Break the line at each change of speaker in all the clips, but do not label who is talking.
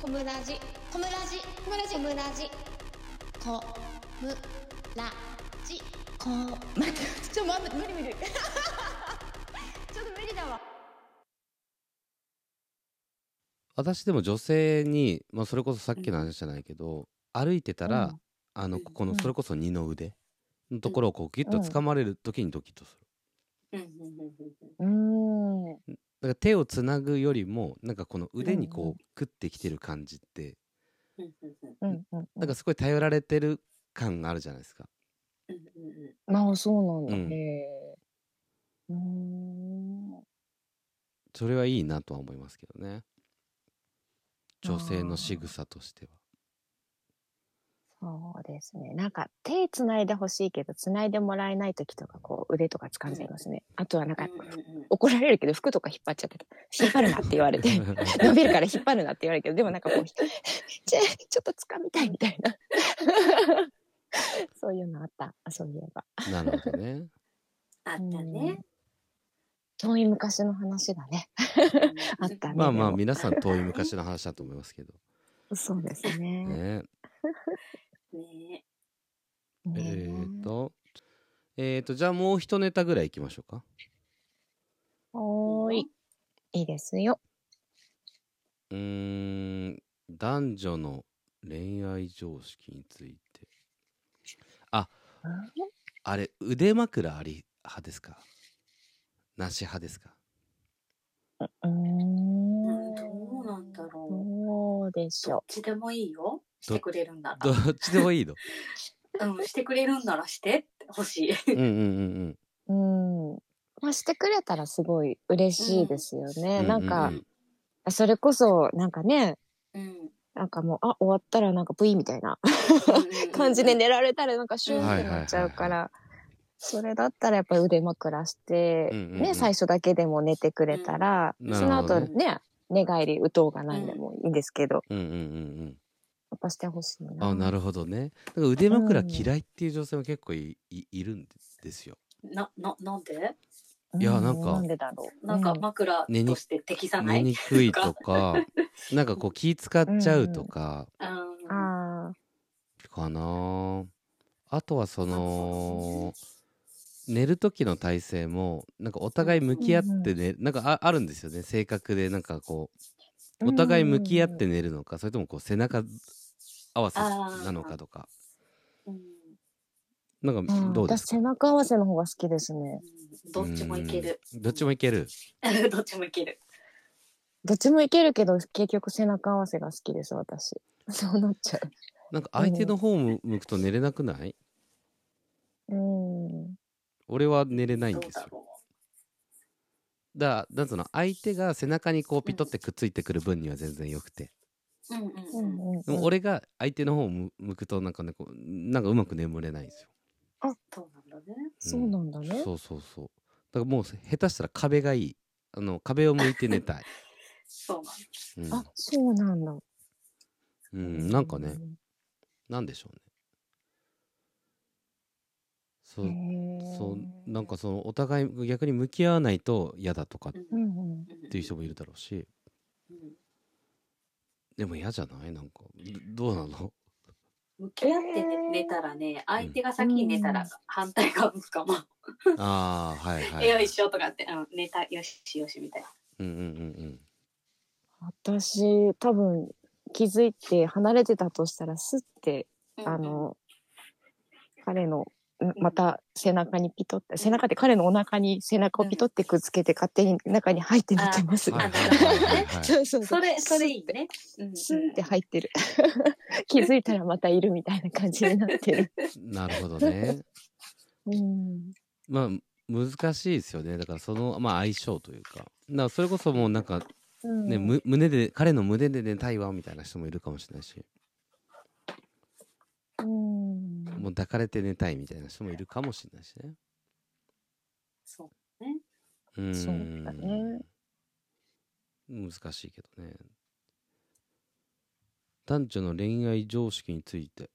コムラジコムラジコムラジコムラジコムラジコ待ってちょっと待って無理無 理ちょっと無理だわ
私でも女性に、まあ、それこそさっきの話じゃないけど、歩いてたら、
うん
あのここ
う
の
ん
それこそ二の腕のところをこうギュッと掴まれる時にドキッとする、
うんうんうんうん
うー
だ
ん
から手をつなぐよりもなんかこの腕に
うんう
こう食ってきてる感じって
うんうんうん
うんうん
なんかすごい頼られてる感があるじゃないですか
うんうんうん
まあそうなんだ、
うん
へえうーん
それはいいなとは思いますけどね女性の仕草としては
そうですね。なんか手つないでほしいけど、つないでもらえない時とか、こう腕とか掴んじゃいますね。あとはなんか、
うん
怒られるけど服とか引っ張っちゃってた。引っ張るなって言われて。伸びるから引っ張るなって言われるけど、でもなんかこう、ちょ、 ちょっと掴みたいみたいな。そういうのあった。そういえば。
なるほどね
あった
うん
ね。
遠い昔の話だね。 あったね。
まあまあ
でも
皆さん遠い昔の話だと思いますけど
そうですね。
ね
ね
え
ね
ー、とえー、とじゃあもう一ネタぐらいいきましょうか
おーい。いいですよ。
うーん男女の恋愛常識についてあれ腕枕あり派ですかなし派ですか
うー
うんんどうなんだろ
ど
う。
うでし
どっ
ょ
ちでもいいよ。してくれるんな
どっちでも いいの
ら。うん、してくれるんならしてって欲しい。
うんうんうん
う。うん。まあ、してくれたらすごい嬉しいですよね。
うん
なんか、
うんうん
それこそ、なんかね、
うん。
なんかもう、あ、終わったらなんか V みたいな 感じで寝られたらなんかシューってなっちゃうか
はいはいはい
ら、それだったらやっぱり腕枕して、
うんうんうん
ね、最初だけでも寝てくれたら、
うん
その後
なる
ほど
ね、寝返り打とうが何でもいいんですけど、
うんうんうん
やっぱしてほしい
うん
な。
あな
る
るほどねだから腕枕嫌いっていう女性も結構いいいるんですよ
な、な、なんで
いやなんか
なんでだろう。
なんか
う
枕として適さな
寝
い、
にくいとかなんかこう気使っちゃうとか
うん、あ
あ
かなあとはその寝る時の体勢もなんかお互い向き合ってね、なんかああるんですよね性格でなんかこ
ー
うお互い向き合って寝るのか、それともこう背中合わせなのかとか
うん
なん
う
か
んうん
どうですか
私背中合わせの方が好きですね。
どっちもいける。
うんどっちもいける
どっちもいける。
どっちもいけるけど、結局背中合わせが好きです、私。 そうなっちゃ
なんか相手の方向くと寝れなくない、
う。うん。
俺は寝れないん
どう
です
だ
よ
ろ
だからなんつうの相手が背中にこうピトってくっついてくる分には全然よくて
う。うん
う
うんうん。
んうん
でも俺が相手の方を向向くとなんかねこうなんかうまく眠れないんですよ
そうなんだね。
そうなんだね。
そうそうそうだからもう下手したら壁がいいあの壁を向いて寝 たい、
そうなん
うん
あ、そうなんだ。
うん、なんかねなんでしょうね
へ
そう、
ー。
そうなんかそのお互い逆に向き合わないと嫌だとかっ
だ。
うんうん。
ん
ていう人もいるだろうし
うん
でも嫌じゃないなんかどどうなの
向き合って寝寝たらね、相手が先に寝た
うん
ら反対が向くかも。
ああはい はい、
よ
はいい、
しょとかって、うん、寝たよしよしみたいな。
うんうんうん
私、多分、気づいて離れてたとしたら、すって、あの、彼の、んまた背中にピトって、背中って彼のお腹に背中をピトってくっつけて、勝手に中に入って寝てます
うん。はい
あ
はいはいはい はい
そうそう
うん、
そ。
そうれそれいいね。うん
スンって入ってる。 気づいたらまたいるみたいな感じになってる。
なるほどね
うん。
まあ難しいですよねだからその、まあ、相性というかだからそれこそもうなんか
うん
ね、む胸で彼の胸で寝たいわみたいな人もいるかもしれないし
うん。
もう抱かれて寝たいみたいな人もいるかもしれないしね
そう
うーん
そうだね
難しいけどね男女の恋愛常識について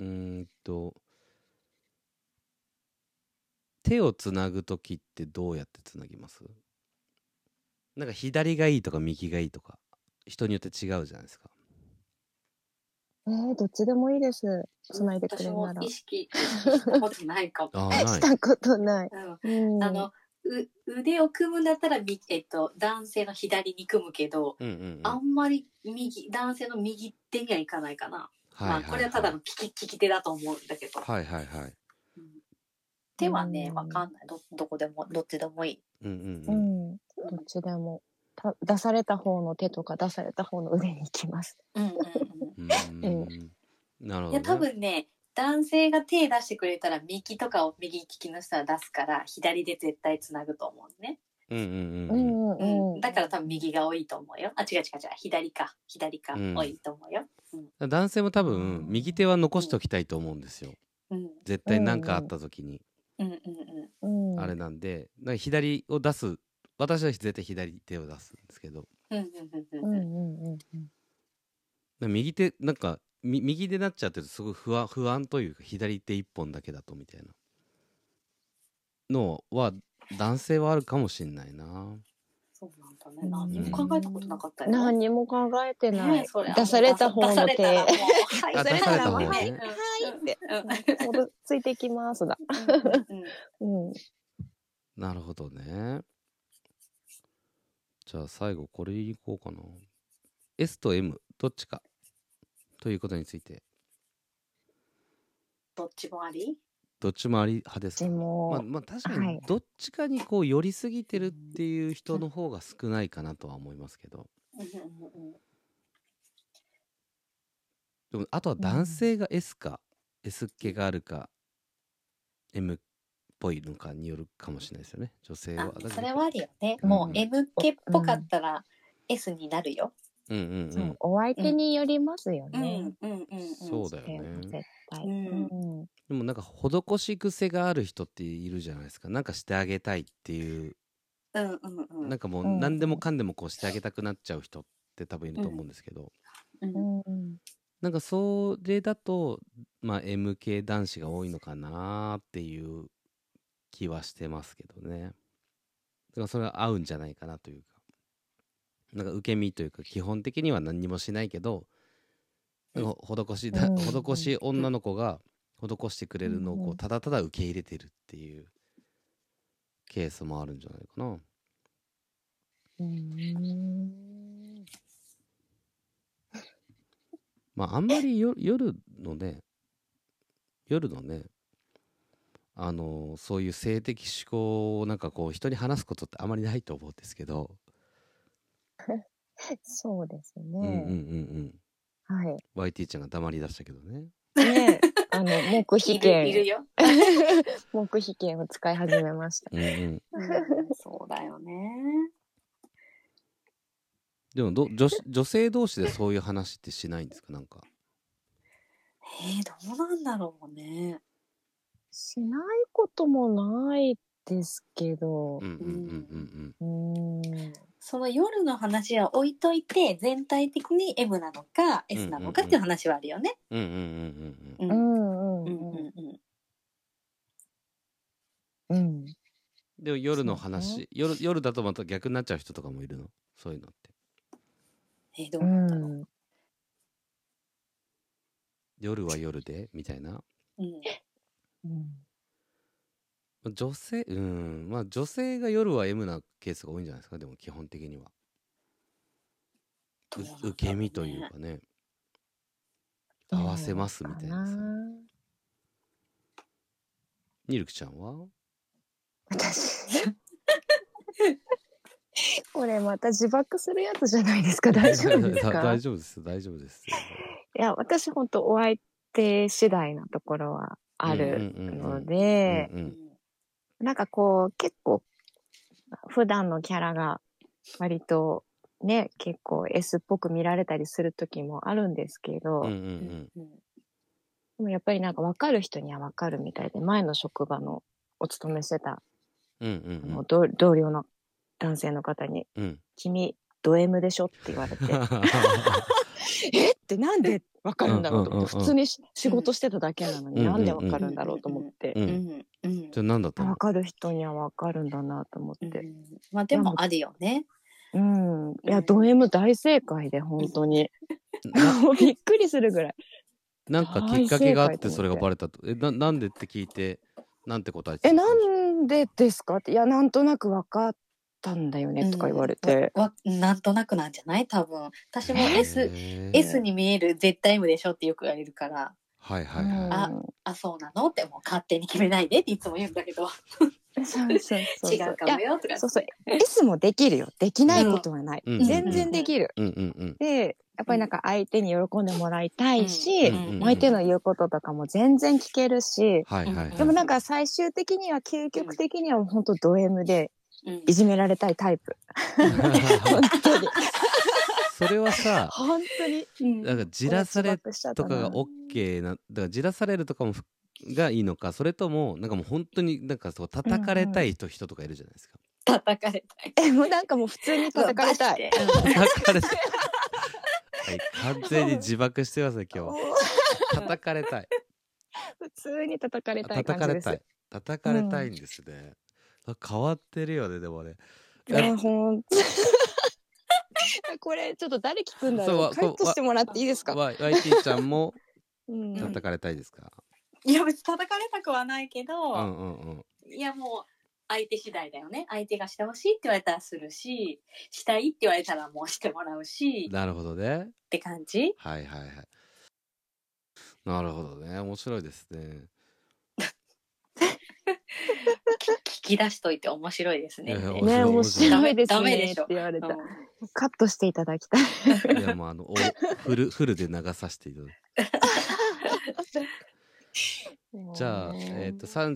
うーんと手をつなぐ時ってどうやってつなぎますなんか左がいいとか右がいいとか人によって違うじゃないですか。
えー、どっちでもいいです。つないでくれ
私
るな
も
ら。
意識したことないかも。
あ
え
ー
し
ない。
たことない。
うん
うん、
あの、う腕を組むんだったら、みえっと、男性の左に組むけど、
うんうんうん。
あんまり右、男性の右手にはいかないかな。
はいいい
まあ、これはただの利き利き手だと思うんだけど。
はいはいはい。
うん手はね
う、ん
わかんない。ど、どこでも、どっちでもいい。
うんう
うん
うん。
ん、どっちでも。た出された方の手とか出された方の腕に行きます。
うんうん
うーんなるほど、ね。
うん。いや、多分ね、男性が手出してくれたら、右とかを右利きの人は出すから、左で絶対つなぐと思うね。
うんうん
う
うんうん。
んうんうん。
だから多分右が多いと思うよ。あ、違う違う違う。左か。左か。
うん
多いと思うよ。
男性も多分右手は残しておきたいと思うんですよ。
うん。
絶対何かあった時に
うんうんうん。
うん、
あれなんで、なんか左を出す私は絶対左手を出すんですけど
うんうんう
うんん
う
うんんうんうん。
なんか右手なんかみ右手になっちゃってるとすごい不安不安というか左手一本だけだとみたいなのは男性はあるかもしんないな。
そうなんだね。何にも考えたことなかったよ。
何にも考えてない。
ねそれ
出された方の手
出されたらもうはい
あ
出されたらもう
出された方ね
はい。
は
はい
って 戻りついてきますだ。
うんうん
うん。
なるほどね。じゃあ最後これいこうかな。S と M どっちかということについて
どっちもあり
どっちもあり派ですか
でも、
まあ、まあ確か
は
に
い
どっちかにこう寄りすぎてるっていう人の方が少ないかなとは思いますけど
うんうんうん
でもあとは男性が S か S っ気があるか M っぽいのかによるかもしれないですよね女性は
あ
だから
それはあるよね。
うん
もう M 系っぽかったら S になるよ。
うんうん
そう
うん
お相手によりますよね。
うんうんうん
そうだよ
それは
ね
絶対。
う
うんん。
でもなんか施し癖がある人っているじゃないですかなんかしてあげたいっていう
うんうんうん
なんかもう
うん
何でもかんでもこうしてあげたくなっちゃう人って多分いると思うんですけど、
うん
うん。
なんかそれだと、まあ、M 系男子が多いのかなっていう気はしてますけどね。だからそれは合うんじゃないかなというか。なんか受け身というか基本的には何にもしないけど、なんか施しだ、
うん
施し女の子が施してくれるのをこ
う
うんただただ受け入れてるっていうケースもあるんじゃないかな。
うん。
まああんまりよ夜のね夜のねあのそういう性的思考をなんかこう人に話すことってあまりないと思うんですけど、
そうです
うんうん
ね。はい。
うんうん YT ちゃんが黙り出したけど ね
ね、あの、黙秘
いるいる
権、
よ。
黙秘権を使い始めました。
うんうん
うんそうだよね。
でもど女子女性同士でそういう話ってしないんですかなんか
えー、どうなんだろうね。
しないこともないですけど
うん、うんうん
うん。
その夜の話は置いといて全体的に M なのか S なのかっていう話はあるよね。
うんうんうんうん
う
うんんうん
うんう
うん
んうん
うん。うん。
うんでも夜の
そう
話夜夜だとまた逆になっちゃう人とかもいるのそういうのって
えー、どう
う
なんだろう。
ん。
夜は夜でみたいな
うん
うん
女性うんまあ女性が夜は M なケースが多いんじゃないですかでも基本的には、
どうなんだろ
う
うね
受け身というかね合わせますみたいなさ
かな
ニルクちゃんは
私 これまた自爆するやつじゃないですか 大丈夫です
だ
か
大
い
丈夫です大丈夫です
や私本当お相手次第なところはある
うんうんうんうん
ので
うんうん
なんかこう結構普段のキャラが割とね結構 S っぽく見られたりする時もあるんですけど、
うんうん
うんうんうん
でもやっぱりなんか分かる人には分かるみたいで前の職場のお勤めしてた、
うんうん
あの同同僚の男性の方に
うんうん
「君ド M でしょ?」って言わ れてえってなんでわかるんだろうと思って、
うんうんうんうん
普通にし仕事してただけなの
う
に
んうんう
なんんでわかるんだろうと思って、
うん
うんうん
じゃあ何だった
わ
の
かる人にはわかるんだなと思って、
うんまあでもあるよね。
うん。いうや、
ん
ド M 大正解で、本当に。もう びっくりするぐらい。
なんかきっかけがあって
大正解と思って
それがバレたと。え、ななんでって聞いて、なんて答えて
え、
たの
なんでですかって、いや、なんとなく分かったんだよね、とか言われて。
わなんとなくなんじゃない多分私も
へー
S, S に見える絶対 M でしょってよく言われるから
はいはい
うん
は
ああそうなのってもう勝手に決めないでっていつも言うんだけど
そうそうそうそう。
違うかも
い
よとか
やそうそう。S もできるよ。できないことはない。
い。うん
全然できる。
うんうんうん。
で、やっぱりなんか相手に喜んでもらいたいし、
うんうんうん
相手の言うこととかも全然聞けるし、
はいはいはい。
でもなんか最終的には究極的には本当ド M で
うん
いじめられたいタイプ。本当に。
それはさ、
本当に。
うん
なんかじらされとかが
お
OK なだからじらされるとかもふがいいのかそれともなんかもう本当になんかそう叩かれたい人,、人とかいるじゃないです か
叩かれたい
え、もうなんかもう普通に叩かれたい。
うわバシッて
叩かれたい、はい、完全に自爆してますね今日叩かれたい
普通に叩かれたい
叩
感
か
じ
れ
で
たい
す。
叩かれたいんですね、変わってるよねでもね
ね、ほん これちょっと誰聞くんだ
そう
ろ
わ
う。カットしてもらっていいですか。
わ YT ちゃんも
うん
うん
叩かれたいですか、
いや別に叩かれたくはないけ
う
ど、
ん、うんうん
いやもう相手次第だよね相手がしてほしいって言われたらするししたいって言われたらもうしてもらうし
なるほどね
って感じ
はいはいはいなるほどね面白いですね
聞き出しといて面白いですね。
いや
って
ね、面白いです
ダメ
ね
で
っ
しょ
て言われた
うん。
カットしていただきたい。
いやもうあのおフルフルで流させていただく。じゃあ、えっ、と三